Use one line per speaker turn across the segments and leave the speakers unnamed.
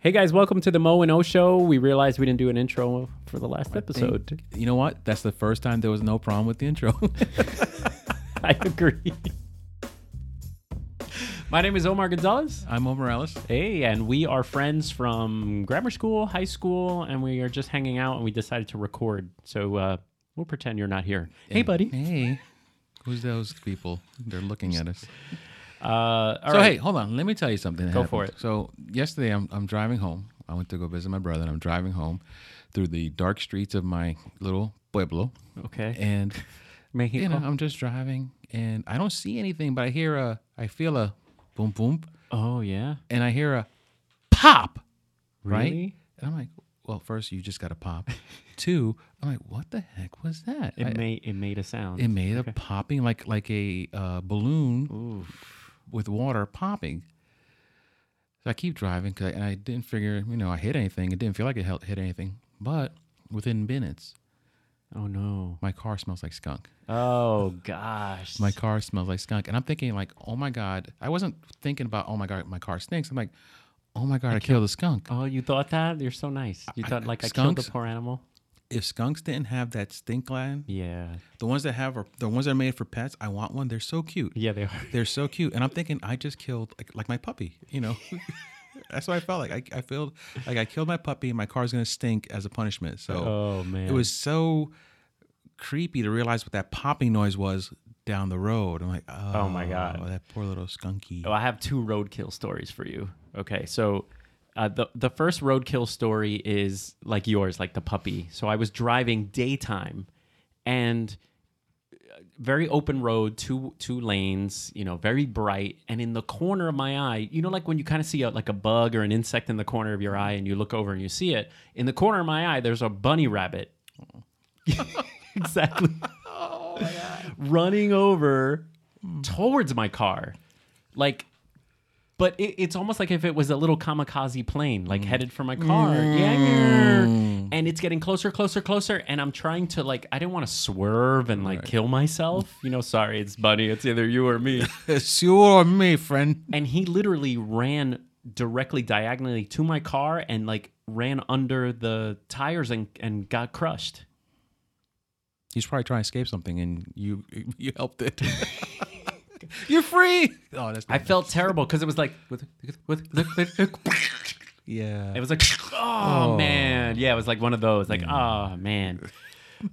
Hey guys, welcome to the Mo and O Show. We realized we didn't do an intro for the last episode.
You know what? That's the first time there was no problem with the intro.
I agree. My name is Omar Gonzalez.
I'm Omar Ellis.
Hey, and we are friends from grammar school, high school, and we are just hanging out and we decided to record. So uh, we'll pretend you're not here. Hey, buddy.
Hey, who's those people? They're looking at us.
Uh, all
so
right.
hey, hold on. Let me tell you something. that
Go for
happened. So yesterday, I'm I'm driving home. I went to go visit my brother, and I'm driving home through the dark streets of my little pueblo,
Okay.
and
Mexico.
you know, I'm just driving, and I don't see anything, but I hear a, I feel a, boom boom,
oh, yeah.
and I hear a, pop. right?
Really?
And I'm like, well, first you just got to pop. Two, I'm like, what the heck was that? I-
It, made, it made a sound.
it made a popping like like a uh, balloon with water popping. So I keep driving 'cause I, and I didn't figure, you know, I hit anything. It didn't feel like it hel- hit anything, but within minutes,
oh, no.
my car smells like skunk.
Oh, gosh.
My car smells like skunk, and I'm thinking like, oh my god. I wasn't thinking about, oh my god, my car stinks. I'm like, oh my god, I, killed a skunk.
Oh, you thought that? You're so nice. You
I-
thought like I killed
skunks-
a poor animal?
If skunks didn't have that stink line,
Yeah.
the ones that have are the ones that are made for pets. I want one. They're so cute.
Yeah, they are.
They're so cute, and I'm thinking I just killed like, like my puppy. You know, that's what I felt like. I, I feel like I killed my puppy, and my car's gonna stink as a punishment. So
Oh man.
it was so creepy to realize what that popping noise was down the road. I'm like, oh,
my God.
that poor little skunky.
Oh, I have two roadkill stories for you. Okay, so uh, the the first roadkill story is like yours, like the puppy. So I was driving daytime, and uh, very open road, two two lanes, you know, very bright, and in the corner of my eye, you know, like when you kind of see a, like a bug or an insect in the corner of your eye, and you look over and you see it. In the corner of my eye, there's a bunny rabbit. exactly. running over towards my car. Like, but it, it's almost like if it was a little kamikaze plane, like headed for my car. Yeah, Yeah. And it's getting closer, closer, closer. And I'm trying to, like, I didn't want to swerve and, like, kill myself. You know, sorry, it's Bunny. It's either you or me.
It's you or me, friend.
and he literally ran directly diagonally to my car and, like, ran under the tires and, and got crushed.
He's probably trying to escape something, and you you helped it. You're free. Oh, that's
I
not-
felt terrible because it was like, with, with, with, with,
yeah.
It was like, oh, man, yeah, it was like one of those,
Mm.
like, oh man.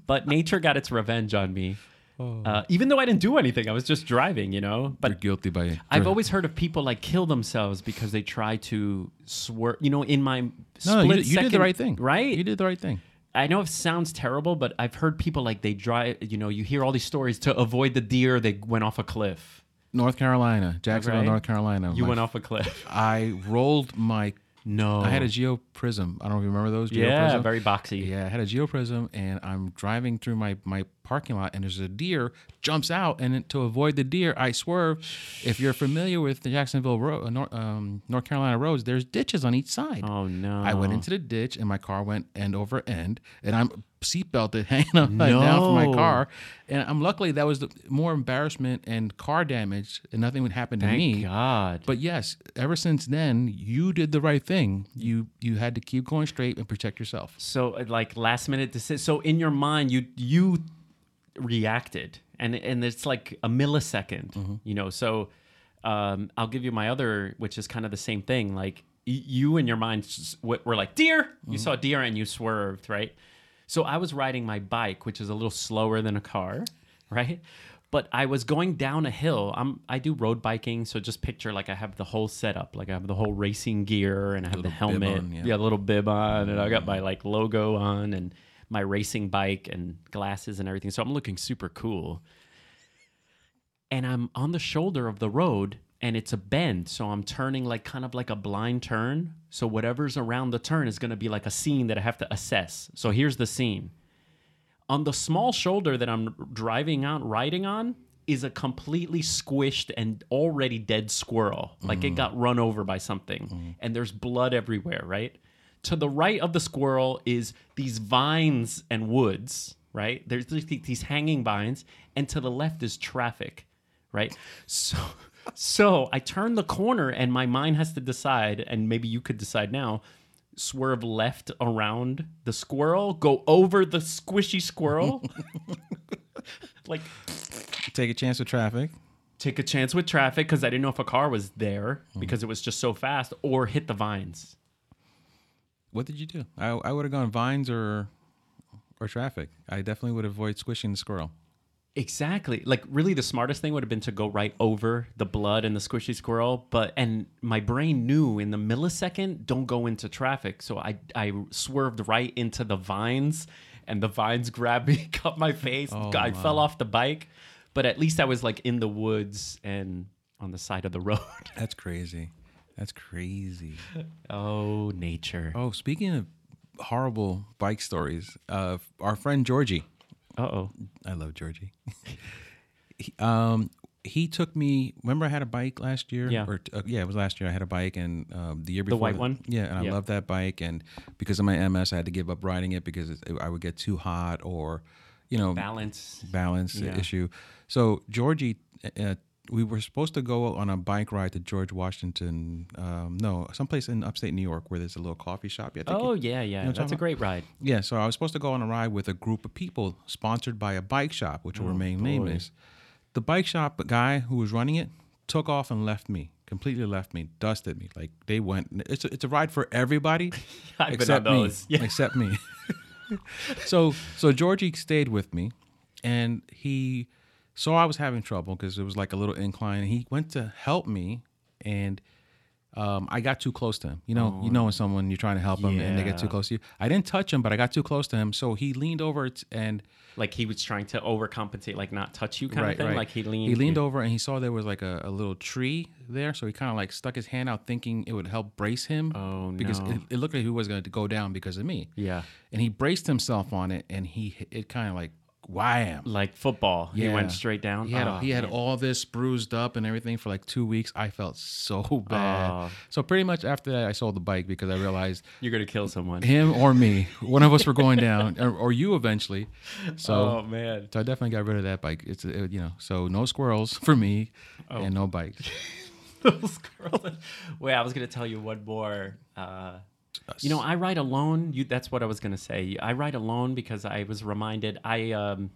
But nature got its revenge on me,
Oh.
uh, even though I didn't do anything. I was just driving, you know. But
You're guilty by.
I've always heard of people like kill themselves because they try to swerve. You know, in my
No,
split
you, did- you did the
second-
right thing.
right?
You did the right thing.
I know it sounds terrible, but I've heard people like they drive. You know, you hear all these stories to avoid the deer. They went off a cliff.
North Carolina, Jacksonville,
Right?
North Carolina.
You
My-
went off a cliff.
I rolled my.
No,
I had a Geo Prism. I don't know if you remember those. Geo
Oh. yeah,
Prism.
very boxy.
Yeah, I had a Geo Prism, and I'm driving through my my parking lot, and there's a deer jumps out, and then to avoid the deer, I swerve. If you're familiar with the Jacksonville road, uh, North, um, North Carolina roads, there's ditches on each side.
Oh no,
I went into the ditch and my car went end over end, and I'm seatbelted hanging upside down from my
No.
car. And I'm luckily that was the, more embarrassment and car damage, and nothing would happen to
Thank
me.
God.
But yes, ever since then, you did the right thing. You you had to keep going straight and protect yourself.
So uh, like last minute decision. So in your mind, you you reacted, and and it's like a millisecond,
Mm-hmm.
you know. So um, I'll give you my other, which is kind of the same thing. Like y- you in your mind s- w- were like deer.
Mm-hmm.
You saw deer and you swerved, right? So I was riding my bike, which is a little slower than a car, right? But I was going down a hill. I'm I do road biking, so just picture like I have the whole setup, like I have the whole racing gear and I have the
bib
helmet,
on, yeah.
yeah, little bib on, and I got my like logo on and my racing bike and glasses and everything. So I'm looking super cool. And I'm on the shoulder of the road and it's a bend, so I'm turning like kind of like a blind turn. So whatever's around the turn is going to be like a scene that I have to assess. So here's the scene on the small shoulder that I'm driving on, riding on, is a completely squished and already dead squirrel. Like it got run over by something, and there's blood everywhere, right? To the right of the squirrel is these vines and woods, right? There's these- these hanging vines, and to the left is traffic, right? So. So I turn the corner and my mind has to decide, and maybe you could decide now swerve left around the squirrel, go over the squishy squirrel. like
Take a chance with traffic.
take a chance with traffic because I didn't know if a car was there because it was just so fast, or hit the vines.
What did you do? I, I would have gone vines or or traffic. I definitely would avoid squishing the squirrel.
Exactly. Like really the smartest thing would have been to go right over the blood and the squishy squirrel, but and my brain knew in the millisecond don't go into traffic. So I I swerved right into the vines and the vines grabbed me, cut my face.
Oh,
I fell off the bike, but at least I was like in the woods and on the side of the road.
That's crazy. That's crazy.
oh, nature.
Oh, speaking of horrible bike stories, uh, our friend Georgie.
Uh-oh.
I love Georgie. He- um, he took me. Remember, I had a bike last year.
Yeah.
Or, uh, yeah, it was last year. I had a bike, and um, the year before
white one?
Yeah, and
Yeah.
I loved that bike, and because of my MS, I had to give up riding it because it, I would get too hot or, you know,
Balance.
balance
Yeah.
issue. So Georgie, uh, we were supposed to go on a bike ride to George Washington. Um, no, someplace in upstate New York where there's a little coffee shop. I think
Oh yeah, yeah.
what I'm
That's a
talking
great ride.
yeah, so I was supposed to go on a ride with a group of people sponsored by a bike shop, which will remain nameless. The bike shop guy who was running it took off and left me, completely left me, dusted me. Like they went. It's a, it's a ride for everybody
I've been on
except me.
those. Yeah.
Except me. so so Georgie stayed with me, and he saw I was having trouble because it was like a little incline. And he went to help me, and um, I got too close to him. You know, you know when someone you're trying to help them and they get
Oh.
too
Yeah.
close to you. I didn't touch him, but I got too close to him, so he leaned over t- and
Like he was trying to overcompensate, like not touch you kind of thing. Like he leaned.
He leaned over and he saw there was like a, a little tree there, so he kind of like stuck his hand out, thinking it would help brace him.
Oh,
because
no.
it, it looked like he was going to go down because of me.
Yeah.
and he braced himself on it, and he it kind of like wham.
like football. He
Yeah.
went straight down.
He had,
Oh,
he had
man.
all this bruised up and everything for like two weeks. I felt so bad.
Aw.
So pretty much after that, I sold the bike because I realized
You're gonna kill someone.
him or me, one of us were going down, or, or you eventually. So,
oh man.
so I definitely got rid of that bike. It's it, you know, so no squirrels for me,
Oh.
and no bike.
Those girls- Wait, I was gonna tell you one more. Uh, you know, I ride alone. You, that's what I was gonna say. I ride alone because I was reminded. I um,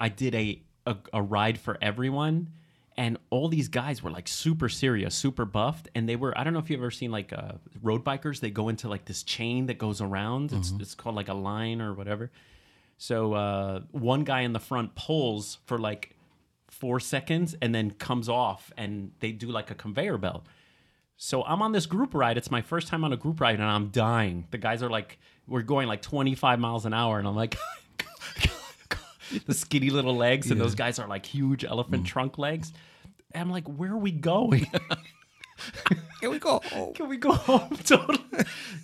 I did a, a a ride for everyone, and all these guys were like super serious, super buffed, and they were. I don't know if you've ever seen like uh, road bikers. They go into like this chain that goes around. It's
Mm-hmm.
it's called like a line or whatever. So uh, one guy in the front pulls for like four seconds and then comes off, and they do like a conveyor belt. So I'm on this group ride. It's my first time on a group ride, and I'm dying. The guys are like, we're going like 25 miles an hour, and I'm like, the skinny little legs, and those guys are like huge elephant trunk legs. And I'm like, where are we going?
Here we go.
Can we go home? Totally.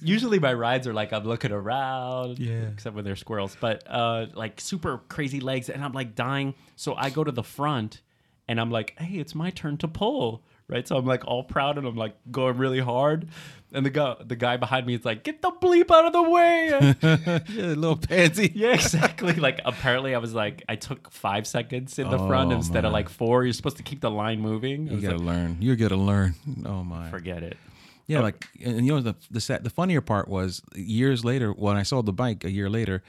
Usually my rides are like I'm looking around,
Yeah.
except when they're squirrels. But uh, like super crazy legs, and I'm like dying. So I go to the front, and I'm like, hey, it's my turn to pull, right? So I'm like all proud, and I'm like going really hard. And the guy, the guy behind me is like, get the bleep out of the way.
yeah, little pansy.
yeah, exactly. Like apparently I was like, I took five seconds in the front
Oh,
instead of
man.
like four. You're supposed to keep the line moving. I
You
was
gotta
like,
learn. You gotta learn. Oh my.
forget it.
Yeah, like and and you know the the sad, the funnier part was years later when I sold the bike a year later,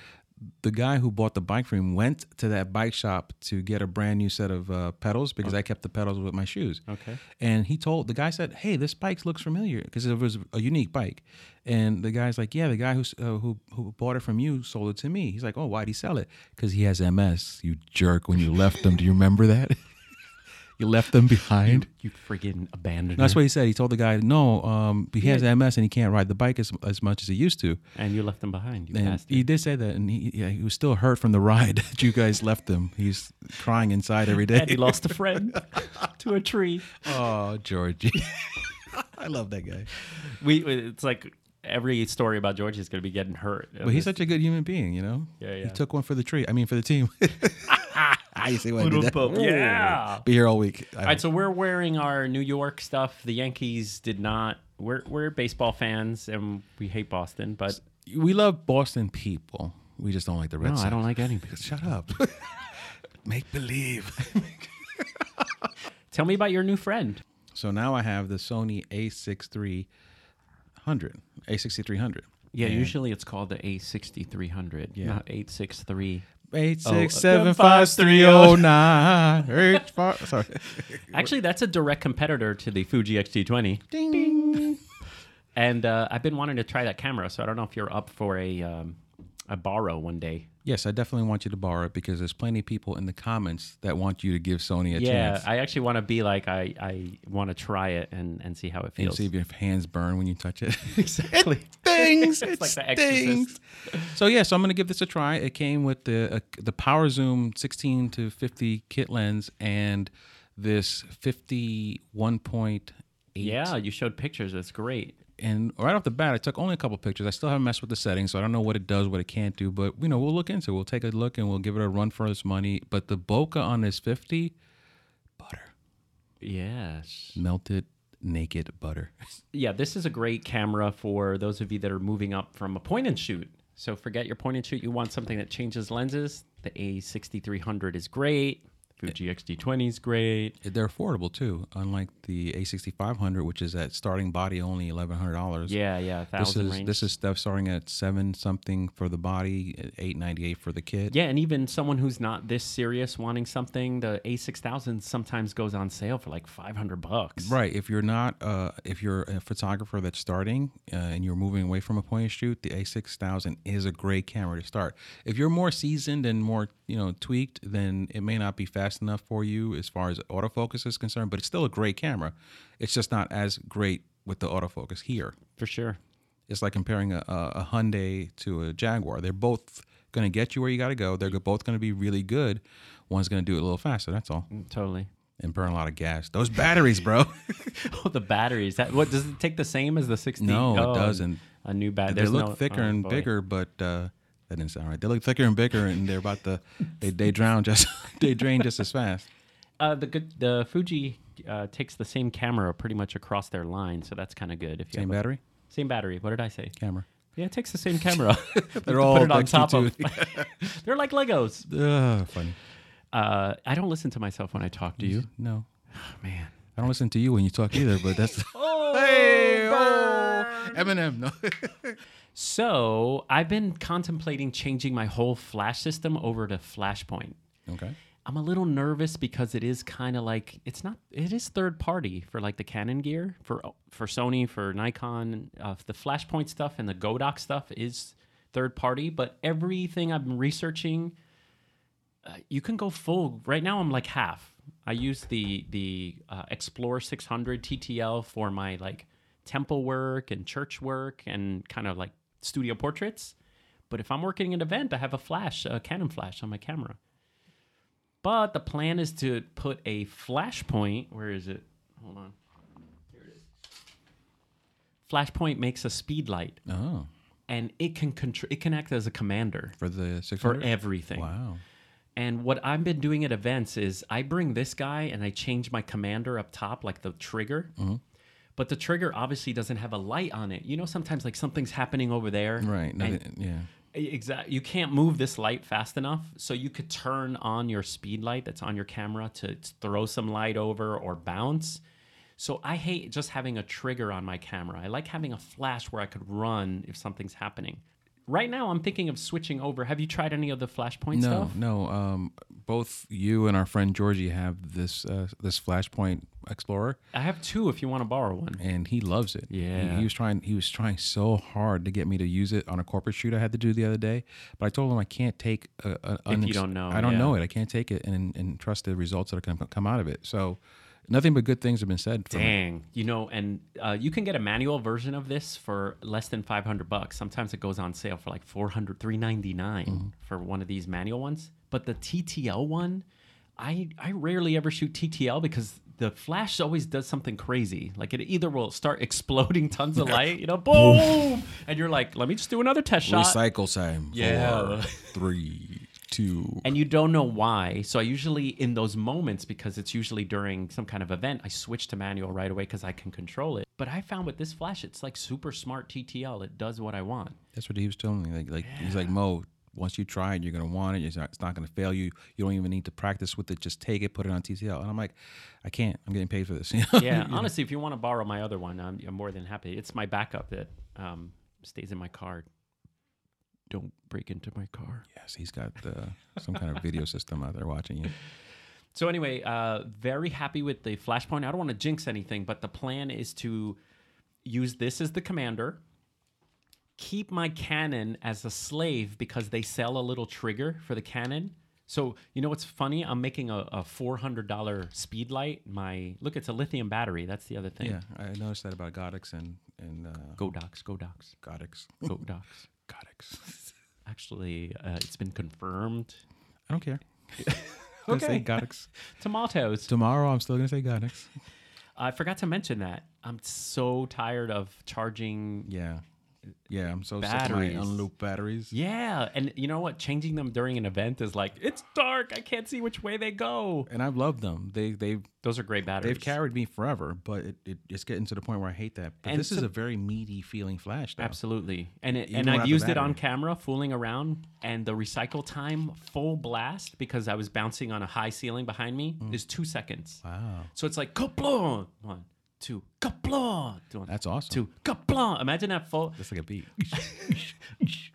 the guy who bought the bike from me went to that bike shop to get a brand new set of uh, pedals because I kept the pedals with my shoes.
Okay.
And he told the guy said, "Hey, this bike looks familiar because it was a unique bike." And the guy's like, "Yeah, the guy who s- uh, who who bought it from you sold it to me." He's like, "Oh, why'd he sell it?" Because he has MS. You jerk! When you left them, do you remember that? you left them behind.
You friggin' abandoned
That's what he said. He told the guy, "No, um, he has MS and he can't ride the bike as, as much as he used to."
and you left them behind. You
And
passed
he did say that, and he yeah, he was still hurt from the ride that you guys left him. He's crying inside every
and he
day.
lost a friend to a tree.
oh, Georgie, I love that guy.
We it's like every story about George is going to be getting hurt.
But he's such a good human being, you know.
Yeah,
He
yeah.
took one for the tree. I mean, for the team. I see why I did that.
Oodle poop, yeah.
Be here all week. I-
All right, so we're wearing our New York stuff. The Yankees did not. We're we're baseball fans and we hate Boston, but
we love Boston people. We just don't like the Red
no,
Sox.
I don't like any.
Shut up. Make believe.
Tell me about your new friend.
So now I have the Sony A6 III hundred, A sixty three hundred.
Yeah, usually it's called the A6300,
Yeah.
not 863.
Eight
Oh,
six seven five three oh nine. Eight five. Sorry.
Actually, that's a direct competitor to the Fuji X-T20.
Ding. Ding.
And uh, I've been wanting to try that camera, so I don't know if you're up for a um, a borrow one day.
Yes, I definitely want you to borrow it because there's plenty of people in the comments that want you to give Sony a
yeah,
chance
I actually want to be like I I want to try it and and see how it
and
feels.
see if your hands burn when you touch it.
exactly. It's
Things. it
like The
stings. So yeah, so I'm gonna give this a try. It came with the uh, the Power Zoom 16 to 50 kit lens and this 51.8.
Yeah, you showed pictures. That's great.
And right off the bat, I took only a couple pictures. I still haven't messed with the settings, so I don't know what it does, what it can't do. But you know, we'll look into. it. We'll take a look and we'll give it a run for its money. But the bokeh on this 50, butter,
Yes.
melted naked butter.
Yeah, this is a great camera for those of you that are moving up from a point and shoot. So forget your point and shoot. You want something that changes lenses. The A6300 is great. Fuji X-T20 is great.
They're affordable too, unlike the A6500, which is at starting body only $1,100.
Yeah, yeah,
This
thousand
is
range.
this is stuff starting at seven something for the body, eight ninety eight for the kit.
Yeah, and even someone who's not this serious wanting something, the A6000 sometimes goes on sale for like 500 bucks.
Right. If you're not, uh, if you're a photographer that's starting uh, and you're moving away from a point and shoot, the A6000 is a great camera to start. If you're more seasoned and more, you know, tweaked, then it may not be fast enough for you as far as autofocus is concerned. But it's still a great camera. It's just not as great with the autofocus here.
For sure.
It's like comparing a, a a Hyundai to a Jaguar. They're both going to get you where you got to go. They're both going to be really good. One's going to do it a little faster. That's all.
Mm, Totally.
And burn a lot of gas. Those batteries, bro.
Oh, the batteries. That what does it take the same as the 60?
No, it
Oh,
doesn't.
A new battery.
they look
oh,
thicker and bigger, but uh, that didn't sound right. They look thicker and bigger, and they're about to they, they drown just they drain just as fast.
Uh, the good the Fuji uh, takes the same camera pretty much across their line, so that's kind of good. If you
Same
have
battery
a, same battery. What did I say?
camera.
Yeah, it takes the same camera. You have to
all
put it on
next to
top of. They're like Legos.
Ugh, funny.
Uh, I don't listen to myself when I talk to you.
No,
Oh, man.
I don't listen to you when you talk either. But that's
Oh,
hey, oh, Eminem. No,
So I've been contemplating changing my whole flash system over to Flashpoint.
okay.
I'm a little nervous because it is kind of like it's not. It is third party for like the Canon gear for for Sony for Nikon. Uh, the Flashpoint stuff and the Godox stuff is third party, but everything I've been researching, uh, you can go full. Right now, I'm like half. I use the the uh, Explore 600 TTL for my like temple work and church work and kind of like studio portraits. But if I'm working an event, I have a flash, a Canon flash on my camera. But the plan is to put a flashpoint. Where is it? Hold on. Here it is. Flashpoint makes a speed light,
Oh,
and it can contr- it can act as a commander
for the six
for
hundred.
everything.
Wow.
And what I've been doing at events is I bring this guy and I change my commander up top, like the trigger.
Mm-hmm.
But the trigger obviously doesn't have a light on it. You know, sometimes like something's happening over there.
Right.
and-
nothing- yeah.
Exactly. E, You can't move this light fast enough, so you could turn on your speed light that's on your camera to to throw some light over or bounce. So I hate just having a trigger on my camera. I like having a flash where I could run if something's happening. Right now, I'm thinking of switching over. Have you tried any of the flashpoint
No,
stuff?
no. Um, both you and our friend Georgie have this uh, this Flashpoint Explorer,
I have two. If you want to borrow one,
and he loves it. He-
Yeah.
he, was trying. He was trying so hard to get me to use it on a corporate shoot I had to do the other day. But I told him I can't take. A, a,
If you don't know,
I don't
yeah.
know it. I can't take it and and trust the results that are going to come out of it. So, nothing but good things have been said. From it.
dang, you know, and uh, you can get a manual version of this for less than 500 bucks. Sometimes it goes on sale for like 400, 399 for one of these manual ones. But the TTL one, I I rarely ever shoot TTL because the flash always does something crazy. Like it either will start exploding tons of light, you know, boom, and you're like, let me just do another test shot.
Recycle time.
Yeah.
Four, three, two.
and you don't know why. So I usually in those moments because it's usually during some kind of event, I switch to manual right away because I can control it. But I found with this flash, it's like super smart TTL. It does what I want.
That's what he was telling me. Like, like he's like Mo, Once you try it, you're gonna want it. It's not, it's not gonna fail you. You don't even need to practice with it. Just take it, put it on TCL. And I'm like, I can't. I'm getting paid for this. you know?
Yeah, honestly, if you want to borrow my other one, I'm, I'm more than happy. It's my backup that um, stays in my car. Don't break into my car.
yes, he's got uh, some kind of video system out there watching you.
So anyway, uh, very happy with the flashpoint. I don't want to jinx anything, but the plan is to use this as the commander. Keep my cannon as a slave because they sell a little trigger for the cannon. So you know what's funny? I'm making a, a four hundred dollar speed light. My look, it's a lithium battery. That's the other thing.
Yeah, I noticed that about Godix and and uh,
Go docs, go docs,
Godix.
go docs.
Godix.
Actually, uh, it's been confirmed.
I don't care. I'm gonna say
Okay.
Godix.
Tomatoes.
Tomorrow, I'm still gonna say Godix.
I forgot to mention that. I'm so tired of charging
Yeah, yeah. I'm so sick of my
Batteries.
unlooped batteries.
Yeah, and you know what? Changing them during an event is like it's dark. I can't see which way they go.
And I've loved them. They they've
Those are great batteries.
they've carried me forever, but it, it, it's getting to the point where I hate that. But
And
this is
so-
a very meaty feeling flash, though.
absolutely, and it,
Even
and I
without the
used it on
battery.
camera, fooling around, and the recycle time full blast because I was bouncing on a high ceiling behind me is two seconds.
Mm. Wow,
So it's like kaplon one, two kaplon one,
that's awesome.
two kaplon. Imagine that full.
That's like a beat.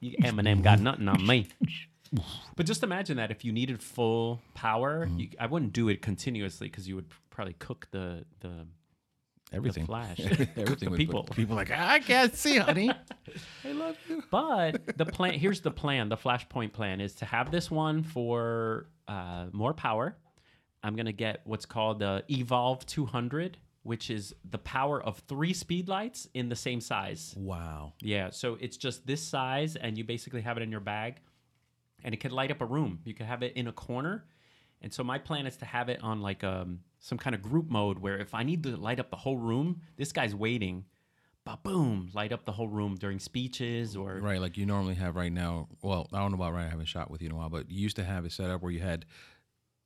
You- Eminem got nothing on me. But just imagine that if you needed full power, you, I wouldn't do it continuously because you would probably cook the the, the
Everything.
flash.
Everything.
The
was-
people.
People like "Ah, I can't see, honey. I love you.
but the plan here's the plan. The flashpoint plan is to have this one for uh, more power. I'm gonna get what's called the Evolve 200, which is the power of three speed lights in the same size.
Wow.
Yeah, so it's just this size, and you basically have it in your bag, and it could light up a room. You could have it in a corner, and so my plan is to have it on like um, some kind of group mode where if I need to light up the whole room, this guy's waiting, ba boom, light up the whole room during speeches or
Right, like you normally have right now. Well, I don't know about right. I haven't shot with you in a while, but you used to have it set up where you had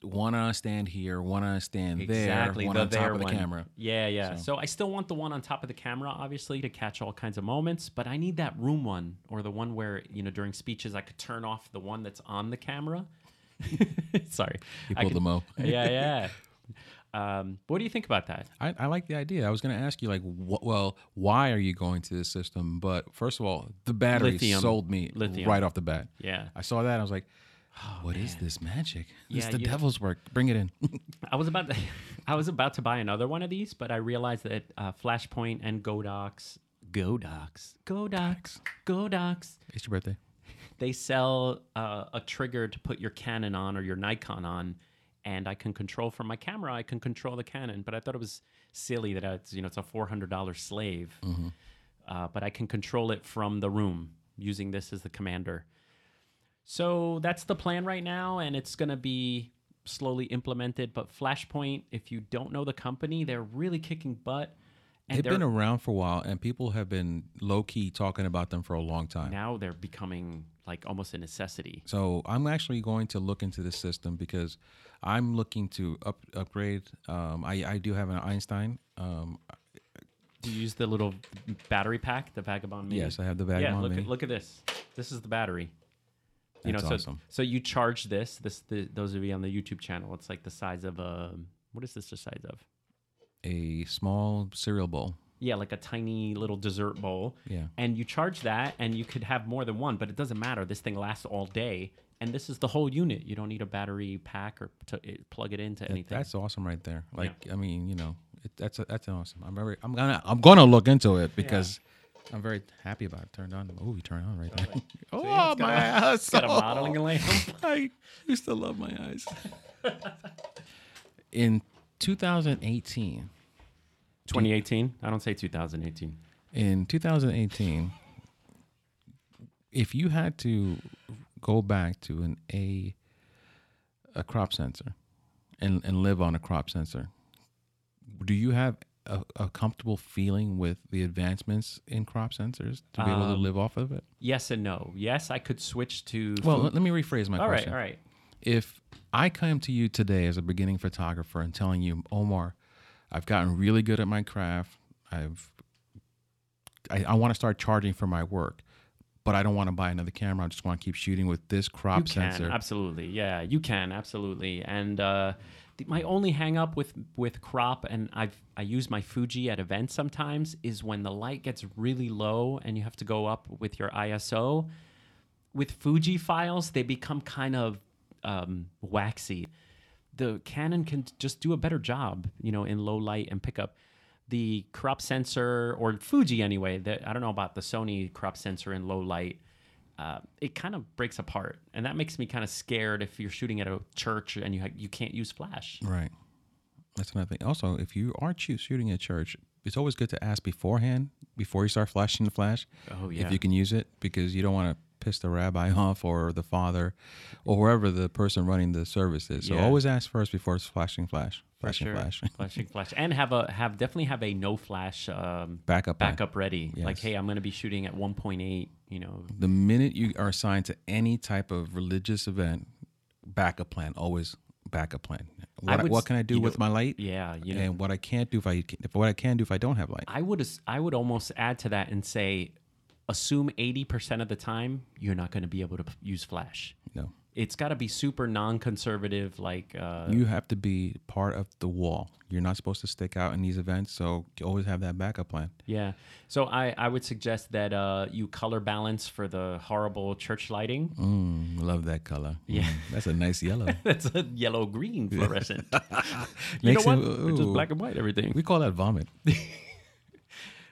one on a stand here, one on a stand
exactly
there, one
the
on top
there
of the
one.
camera.
Yeah, yeah. So. I still want the one on top of the camera, obviously, to catch all kinds of moments. But I need that room one or the one where you know during speeches I could turn off the one that's on the camera. Sorry,
You
I
pulled
could-
the mo.
yeah, yeah. Um, what do you think about that?
I, I like the idea. I was going to ask you, like, wh- well, why are you going to this system? But first of all, the battery
Lithium.
sold me
Lithium.
right off the bat.
Yeah,
I saw that. I was like, what is this magic? It's
Yeah,
the
you-
devil's work. Bring it in.
I was about to, I was about to buy another one of these, but I realized that uh, Flashpoint and Godox, Godox, Godox, Godox,
it's your birthday.
they sell uh, a trigger to put your Canon on or your Nikon on, and I can control from my camera. I can control the Canon, but I thought it was silly that it's you know it's a four hundred dollar slave,
Mm-hmm.
uh, but I can control it from the room using this as the commander. So that's the plan right now, and it's gonna be slowly implemented. But Flashpoint, if you don't know the company, they're really kicking butt. And
They've
they're,
been around for a while, and people have been low key talking about them for a long time.
now they're becoming like almost a necessity.
So I'm actually going to look into this system because I'm looking to up, upgrade. Um, I, I do have an Einstein. Um,
Do you use the little battery pack, the Vagabond Mini?
yes, I have the Vagabond
yeah, look
Mini.
at look at this. This is the battery. You
That's
know, so
awesome.
so you charge this. This the, those of you on the YouTube channel, it's like the size of a what is this the size of?
a small cereal bowl.
Yeah, like a tiny little dessert bowl.
Yeah.
And you charge that, and you could have more than one, but it doesn't matter. This thing lasts all day, and this is the whole unit. You don't need a battery pack or to it, plug it into anything.
That's awesome right there. Like I mean, you know, it, that's a, that's an awesome. I'm very, I'm gonna I'm gonna look into it because I'm very happy about it. Turned on. Oh, you turned on right there. oh my eyes.
got a modeling lamp.
I used to love my eyes. In 2018,
2018. I don't say 2018.
in 2018, if you had to go back to an a a crop sensor and and live on a crop sensor, do you have a, a comfortable feeling with the advancements in crop sensors to be able to live off of it?
Yes and no. Yes, I could switch to.
Well, let, let me rephrase my
all right,
question.
all right.
If I come to you today as a beginning photographer and telling you, Omar, I've gotten really good at my craft. I've I, I want to start charging for my work, but I don't want to buy another camera. I just want to keep shooting with this crop
you can,
sensor.
absolutely yeah you can absolutely and uh the, my only hang up with with crop and i've i use my fuji at events sometimes is when the light gets really low and you have to go up with your iso with fuji files they become kind of um, waxy the canon can just do a better job you know in low light and pickup the crop sensor or fuji anyway that i don't know about the sony crop sensor in low light uh, it kind of breaks apart, and that makes me kind of scared if you're shooting at a church and you ha- you can't use flash.
Right. That's another thing. Also, if you are choo- shooting at church, it's always good to ask beforehand before you start flashing the flash.
Oh,
If you can use it because you don't want to piss the rabbi off or the father or whoever the person running the service is. So
Yeah.
always ask first before it's flashing flash, flashing flash,
flashing flash, and have a have definitely have a no flash um,
backup. plan.
backup ready. Like,
Yes.
hey, I'm going to be shooting at 1.8. You know,
The minute you are assigned to any type of religious event, backup plan always backup plan. What,
would
what
s-
can I do
you
with
know-
my light?
yeah, you know,
And what I can't do if I if what I can do if I don't have light.
I would as- I would almost add to that and say, assume 80% of the time you're not going to be able to p- use flash.
No.
It's got to be super non-conservative, like. Uh,
You have to be part of the wall. You're not supposed to stick out in these events, so you always have that backup plan.
Yeah. So I, I would suggest that uh, you color balance for the horrible church lighting.
Mm, love that color. Yeah, that's a nice yellow.
That's a yellow green fluorescent. you know
Makes
what?
it-
It's just
ooh.
black and white everything.
we call that vomit.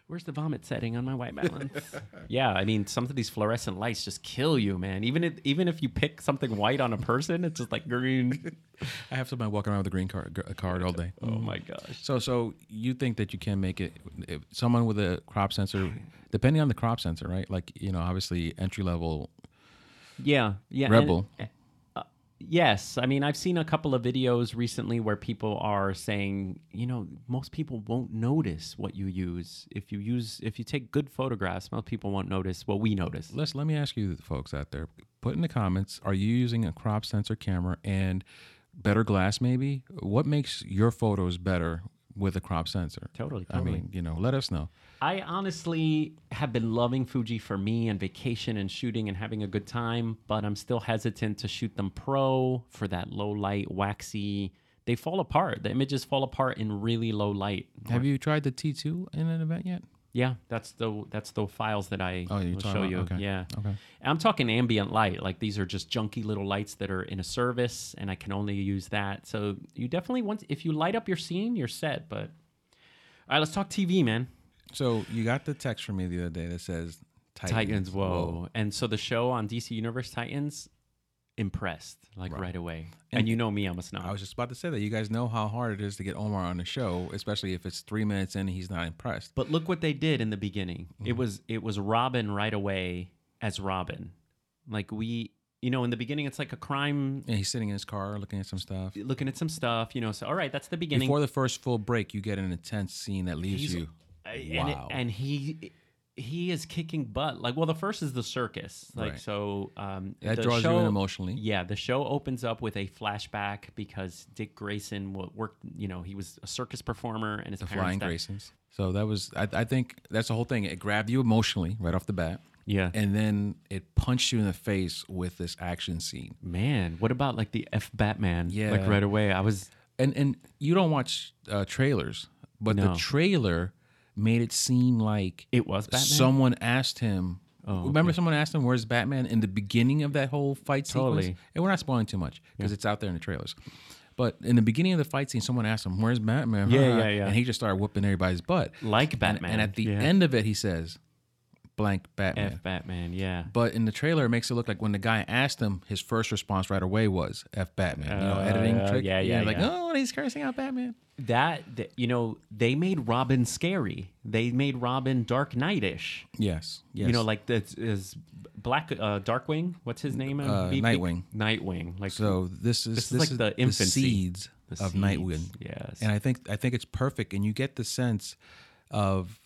Where's the vomit setting on my white balance? yeah, I mean some of these fluorescent lights just kill you, man. Even if, even if you pick something white on a person, it's just like green.
I have somebody walking around with a green card, gr- card all day.
oh my gosh.
So, so you think that you can make it? If someone with a crop sensor, depending on the crop sensor, right? Like you know, obviously entry level
Yeah. Yeah. and- uh,
rebel.
Yes, I mean I've seen a couple of videos recently where people are saying, you know, most people won't notice what you use if you use if you take good photographs. Most people won't notice what we notice.
Let's let me ask you, folks out there, put in the comments: Are you using a crop sensor camera and better glass? Maybe what makes your photos better with a crop sensor?
Totally,
I mean, you know, let us know.
I honestly have been loving Fuji for me and vacation and shooting and having a good time, but I'm still hesitant to shoot them pro for that low light, waxy. They fall apart. The images fall apart in really low light.
Have you tried the T two in an event yet?
Yeah, that's the that's the files that I
Oh, you're
will
talking
show
about-
you.
okay,
Yeah.
okay.
And I'm talking ambient light. Like these are just junky little lights that are in a service and I can only use that. So you definitely want if you light up your scene, you're set, but all right, let's talk TV, man.
So you got the text from me the other day that says Titans.
Titans, whoa. And so the show on DC Universe Titans impressed like right, away. And, you know me, I'm a snob.
I was just about to say that you guys know how hard it is to get Omar on the show, especially if it's three minutes in and he's not impressed.
But look what they did in the beginning. It was it was Robin right away as Robin. Like we you know, in the beginning it's like a crime
And he's sitting in his car looking at some stuff.
looking at some stuff, you know, so all right, that's the beginning.
Before the first full break, you get an intense scene that leaves
He's-
you.
I- and, it-
Wow.
and he he is kicking butt. Like well, the first is the circus. Like
Right.
so um
That
the
draws you
show-
in emotionally.
Yeah, the show opens up with a flashback because Dick Grayson wa- worked, you know, he was a circus performer and his
The
parents
Flying
died.
Graysons. So that was, I, I think that's the whole thing. It grabbed you emotionally right off the bat.
Yeah.
And then it punched you in the face with this action scene.
Man, what about like the F Batman? Like
Yeah.
right away. I was
and and you don't watch uh, trailers, but
No.
the trailer made it seem like
it was Batman. Oh,
someone asked him. remember, someone asked him, "Where's Batman?" in the beginning of that whole fight
Totally.
sequence. And we're not spoiling too much because it's out there in the trailers. But in the beginning of the fight scene, someone asked him, "Where's Batman?"
Yeah, yeah, yeah.
And he just started whooping everybody's butt.
Like
And-
Batman,
And, at the
yeah.
end of it, he says, "Blank Batman."
F Batman, yeah.
But in the trailer, it makes it look like when the guy asked him, his first response right away was "F Batman." you know,
Oh,
editing
yeah,
trick.
yeah,
you know,
yeah,
Like,
yeah.
oh, he's cursing out Batman.
That, that you know, they made Robin scary. They made Robin Dark Knight-ish.
Yes. Yes.
You know, like that is Black uh, Darkwing. What's his name?
Uh, Nightwing.
Nightwing. Like
so this is
This
this,
is like
is
the
the
infancy.
seeds
the
of
seeds.
Nightwing,
Yes.
and I think I think it's perfect, and you get the sense of,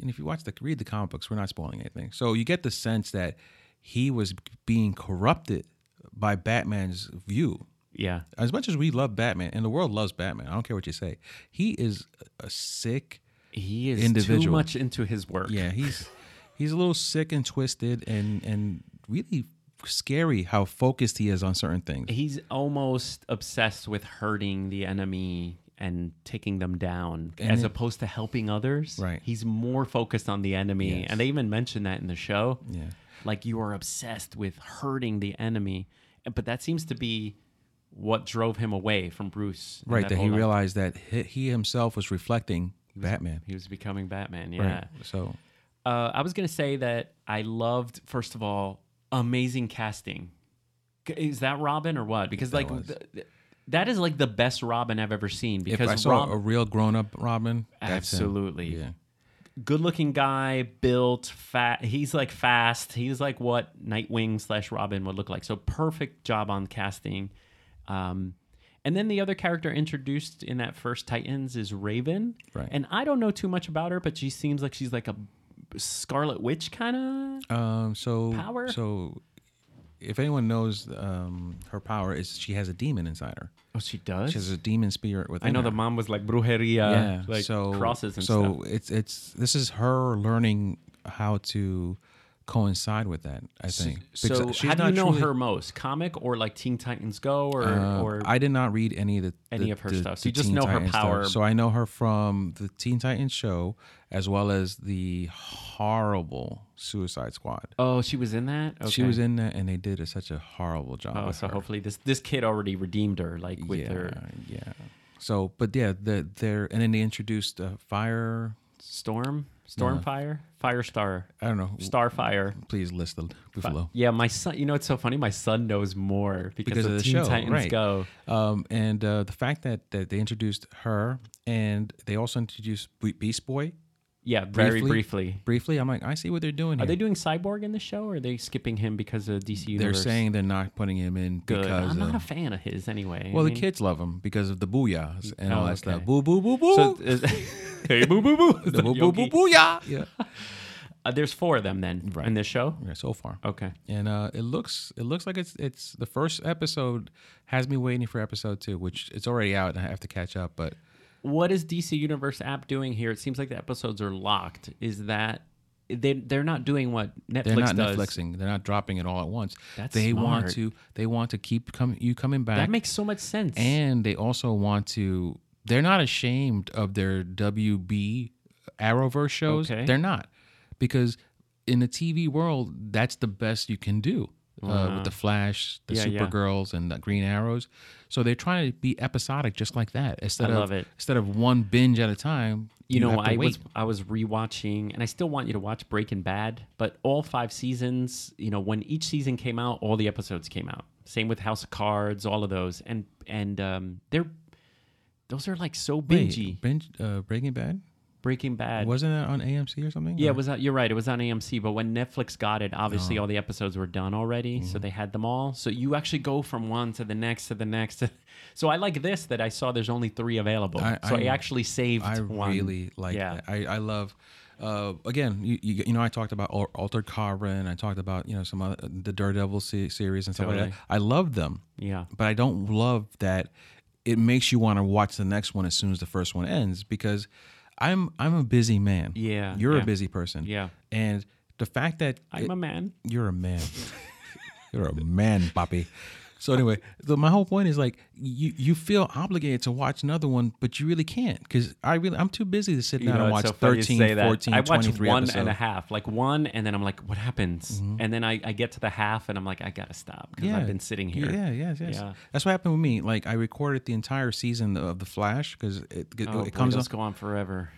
and if you watch the read the comic books, we're not spoiling anything. So you get the sense that he was being corrupted by Batman's view.
yeah.
As much as we love Batman, and the world loves Batman, I don't care what you say, he is a sick
He is too
Individual.
much into his work.
Yeah, he's He's a little sick and twisted and and really scary how focused he is on certain things.
He's almost obsessed with hurting the enemy and taking them down
And
as
it-
opposed to helping others.
Right.
He's more focused on the enemy.
Yes.
And they even mention that in the show.
Yeah.
Like you are obsessed with hurting the enemy. But that seems to be what drove him away from Bruce. in
Right,
that
that he
whole life.
realized that he, he himself was reflecting Batman.
he was becoming Batman. Yeah.
Right. So
Uh, I was gonna say that I loved, first of all, amazing casting. C- Is that Robin or what? Because like
was.
th- th- that is like the best Robin I've ever seen.
if
Because
I saw
Rob-
a real grown up Robin, that's him.
absolutely
Yeah.
good-looking guy, built, fat. He's like fast. He's like what Nightwing slash Robin would look like. So perfect job on casting. Um, and then the other character introduced in that first Titans is Raven.
Right.
And I don't know too much about her, but she seems like she's like a Scarlet Witch kind of.
Um. So
Power?
So, if anyone knows, um, her power is she has a demon inside her.
Oh, she does.
She has a demon spirit within.
I know
her.
the mom was like brujeria,
Yeah.
like
so
crosses and
so
stuff.
it's it's this is her learning how to coincide with that. I think. Because
So
she's
how do you
not
know
truly-
her most? Comic or like Teen Titans Go or
Uh,
or
I did not read any of the
any
the-
of her
the-
stuff. So
the
you just
Teen
know her
Titans stuff.
power.
So I know her from the Teen Titans show, as well as the horrible Suicide Squad.
Oh, she was in that? Okay.
She was in that, and they did a, such a horrible job.
Oh,
with
so
her.
hopefully this this kid already redeemed her, like with her
Yeah. So, but yeah, the there and then they introduced uh, fire.
storm, stormfire, firestar,
I don't know.
starfire.
Please list the Buffalo.
Yeah, my son. You know, it's so funny. My son knows more because,
oh. Because
of,
of the
Teen
show,
Titans
right.
Go.
Um, and uh, the fact that that they introduced her, and they also introduced Be- Beast Boy
Yeah, very
Briefly.
briefly.
briefly. I'm like, I see what they're doing.
Are
here.
they doing Cyborg in the show, or are they skipping him because of DC
They're
Universe?
saying they're not putting him in
Good.
because
I'm not
of,
a fan of his anyway. I
well, the
mean-
kids love him because of the booyahs and all
Oh,
that
okay.
stuff. Boo boo boo boo.
So, is- hey, boo, boo, boo. It's
the
like
boo boo
Yogi.
boo booyah. Yeah.
Uh, there's four of them then in this show.
yeah. So far.
Okay.
and uh, it looks it looks like it's it's the first episode has me waiting for episode two, which it's already out and I have to catch up. But
what is DC Universe app doing here? It seems like the episodes are locked. Is that they they're not doing what Netflix
they're not
does?
Netflixing; they're not dropping it all at once.
That's
they want
smart.
to they want to keep coming you coming back,
That makes so much sense.
and they also want to. They're not ashamed of their WB Arrowverse shows.
Okay.
They're not because in the TV world, that's the best you can do. Uh, with the Flash, the
Uh-huh. Yeah, yeah.
Supergirls, and the Green Arrows, so they're trying to be episodic, just like that. Instead
I
of
love it.
instead of one binge at a time,
you, know,
have to
I was
wait.
I was rewatching, and I still want you to watch Breaking Bad, but all five seasons. You know, when each season came out, all the episodes came out. Same with House of Cards, all of those, and and um, they're those are like so
Wait,
bingy.
binge uh, Breaking Bad
Breaking Bad.
wasn't that on AMC or something?
Yeah,
Or-
it was on, you're right. It was on AMC, but when Netflix got it, obviously
Oh.
all the episodes were done already,
Mm-hmm.
so they had them all. So you actually go from one to the next to the next. to- so I like this that I saw there's only three available.
I-
so I,
I-
actually saved
I
one.
really like
Yeah.
that. I, I love. Uh, again, you, you you know I talked about Al- Altered Carbon. I talked about you know some other the Daredevil se- series and stuff like
Totally.
that. I love them,
Yeah.
but I don't love that it makes you want to watch the next one as soon as the first one ends because I'm I'm a busy man.
Yeah,
you're
yeah.
a busy person.
Yeah.
and the fact that
I'm a man.
you're a man. you're a man, Poppy. So anyway, the, my whole point is like you you feel obligated to watch another one, but you really can't because I really I'm too busy to sit down and watch
it's so funny you
13,
say that.
14,
I watch
23
one
episodes. Mm-hmm.
and a half, like one, and then I'm like, what happens? And then I, I get to the half, and I'm like, I gotta stop because I've been sitting here.
Yeah, yes, yes.
Yeah.
That's what happened with me. Like I recorded the entire season of The Flash because it, it,
Oh,
it
boy,
comes
those
up.
go on forever.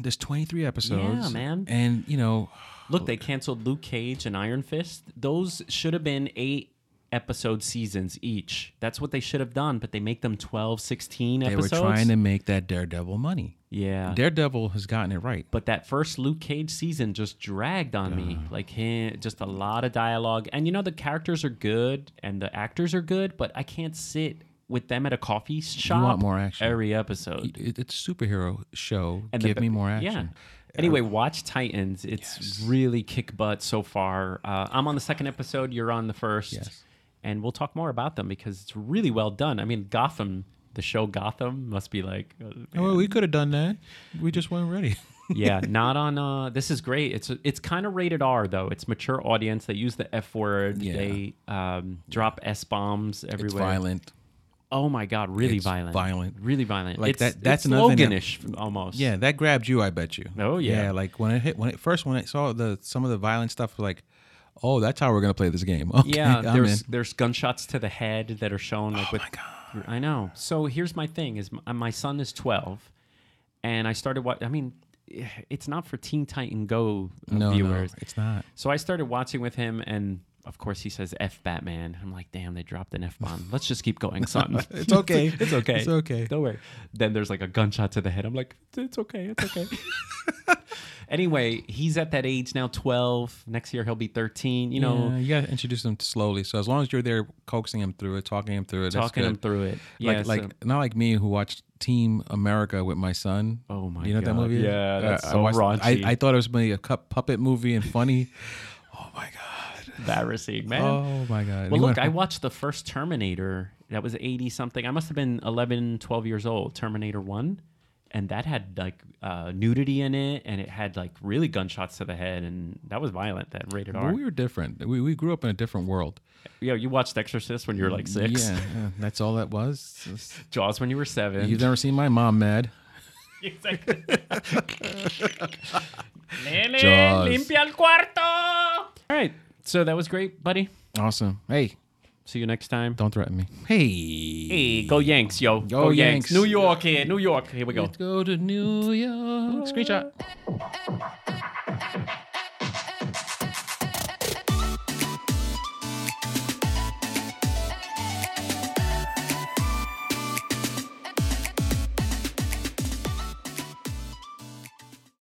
There's 23 episodes.
man.
And you know,
Look, they canceled Luke Cage and Iron Fist. Those should have been eight episode seasons each. That's what they should have done, but they make them 12, 16
they
episodes.
were trying to make that Daredevil money.
yeah.
Daredevil has gotten it right.
but that first Luke Cage season just dragged on me. Like, him, just a lot of dialogue. And you know, the characters are good and the actors are good, but I can't sit with them at a coffee shop
want more action.
every episode.
It, it's a superhero show.
And the
Give
be-
me more action.
Yeah. Anyway, watch Titans. It's really kick butt so far. Uh, I'm on the second episode. You're on the first.
Yes.
And we'll talk more about them because it's really well done. I mean, Gotham, the show Gotham, must be like. uh,
Oh, well, we could have done that. We just weren't ready.
yeah, not on. Uh, this is great. It's it's kind of rated R though. It's mature audience. They use the F word.
Yeah.
They um, drop S bombs everywhere.
It's violent.
Oh my god, really
It's
violent.
violent.
Really violent.
Like
Like it's,
that-
That's
that's another thing that-
sloganish almost.
Yeah, that grabbed you, I bet you.
Oh, yeah.
Yeah, like when it hit when it first when I saw the some of the violent stuff like, oh, that's how we're gonna play this game. Okay,
Yeah,
I'm
there's
in.
there's gunshots to the head that are shown.
Oh
Like, with, I know. So here's my thing: is my, my son is 12, and I started what I mean, eh, it's not for Teen Titan Go uh,
no,
viewers.
No, it's not.
So I started watching with him, and of course he says "F Batman." I'm like, "Damn, they dropped an F bomb. Let's just keep going, son.
It's okay.
it's okay.
It's okay.
Don't worry." Then there's like a gunshot to the head. I'm like, "It's okay. It's okay." anyway, he's at that age now, 12. Next year he'll be 13. You know,
Yeah, you gotta introduce them slowly. So as long as you're there coaxing him through it, talking him through it, that's
talking
good.
him through it.
like
yeah,
like
so-
not like me who watched Team America with my son.
Oh my
you know what that
God.
movie? is? Uh,
Yeah, that's
I
so
watched-
raunchy.
I, I thought it was maybe a cup puppet movie and funny. oh my god!
embarrassing, man.
Oh my god!
well,
He
look,
went-
I watched the first Terminator. That was 80 something. I must have been 11, 12 years old, Terminator 1. And that had like uh, nudity in it, and it had like really gunshots to the head, and that was violent. That rated
Well,
R.
we were different. We, we grew up in a different world.
Yeah, you watched Exorcist when you were like six,
Mm, Yeah, yeah, that's all that was. It's-
Jaws when you were seven.
You've never seen my mom mad.
Exactly.
Jaws.
limpia el cuarto. All right, so that was great, buddy.
Awesome. Hey,
See you next time.
don't threaten me. Hey.
Hey, go Yanks, yo. Go,
Yanks.
Yanks. New York here. New York. Here we go.
Let's go to New York. Screenshot.
Hey,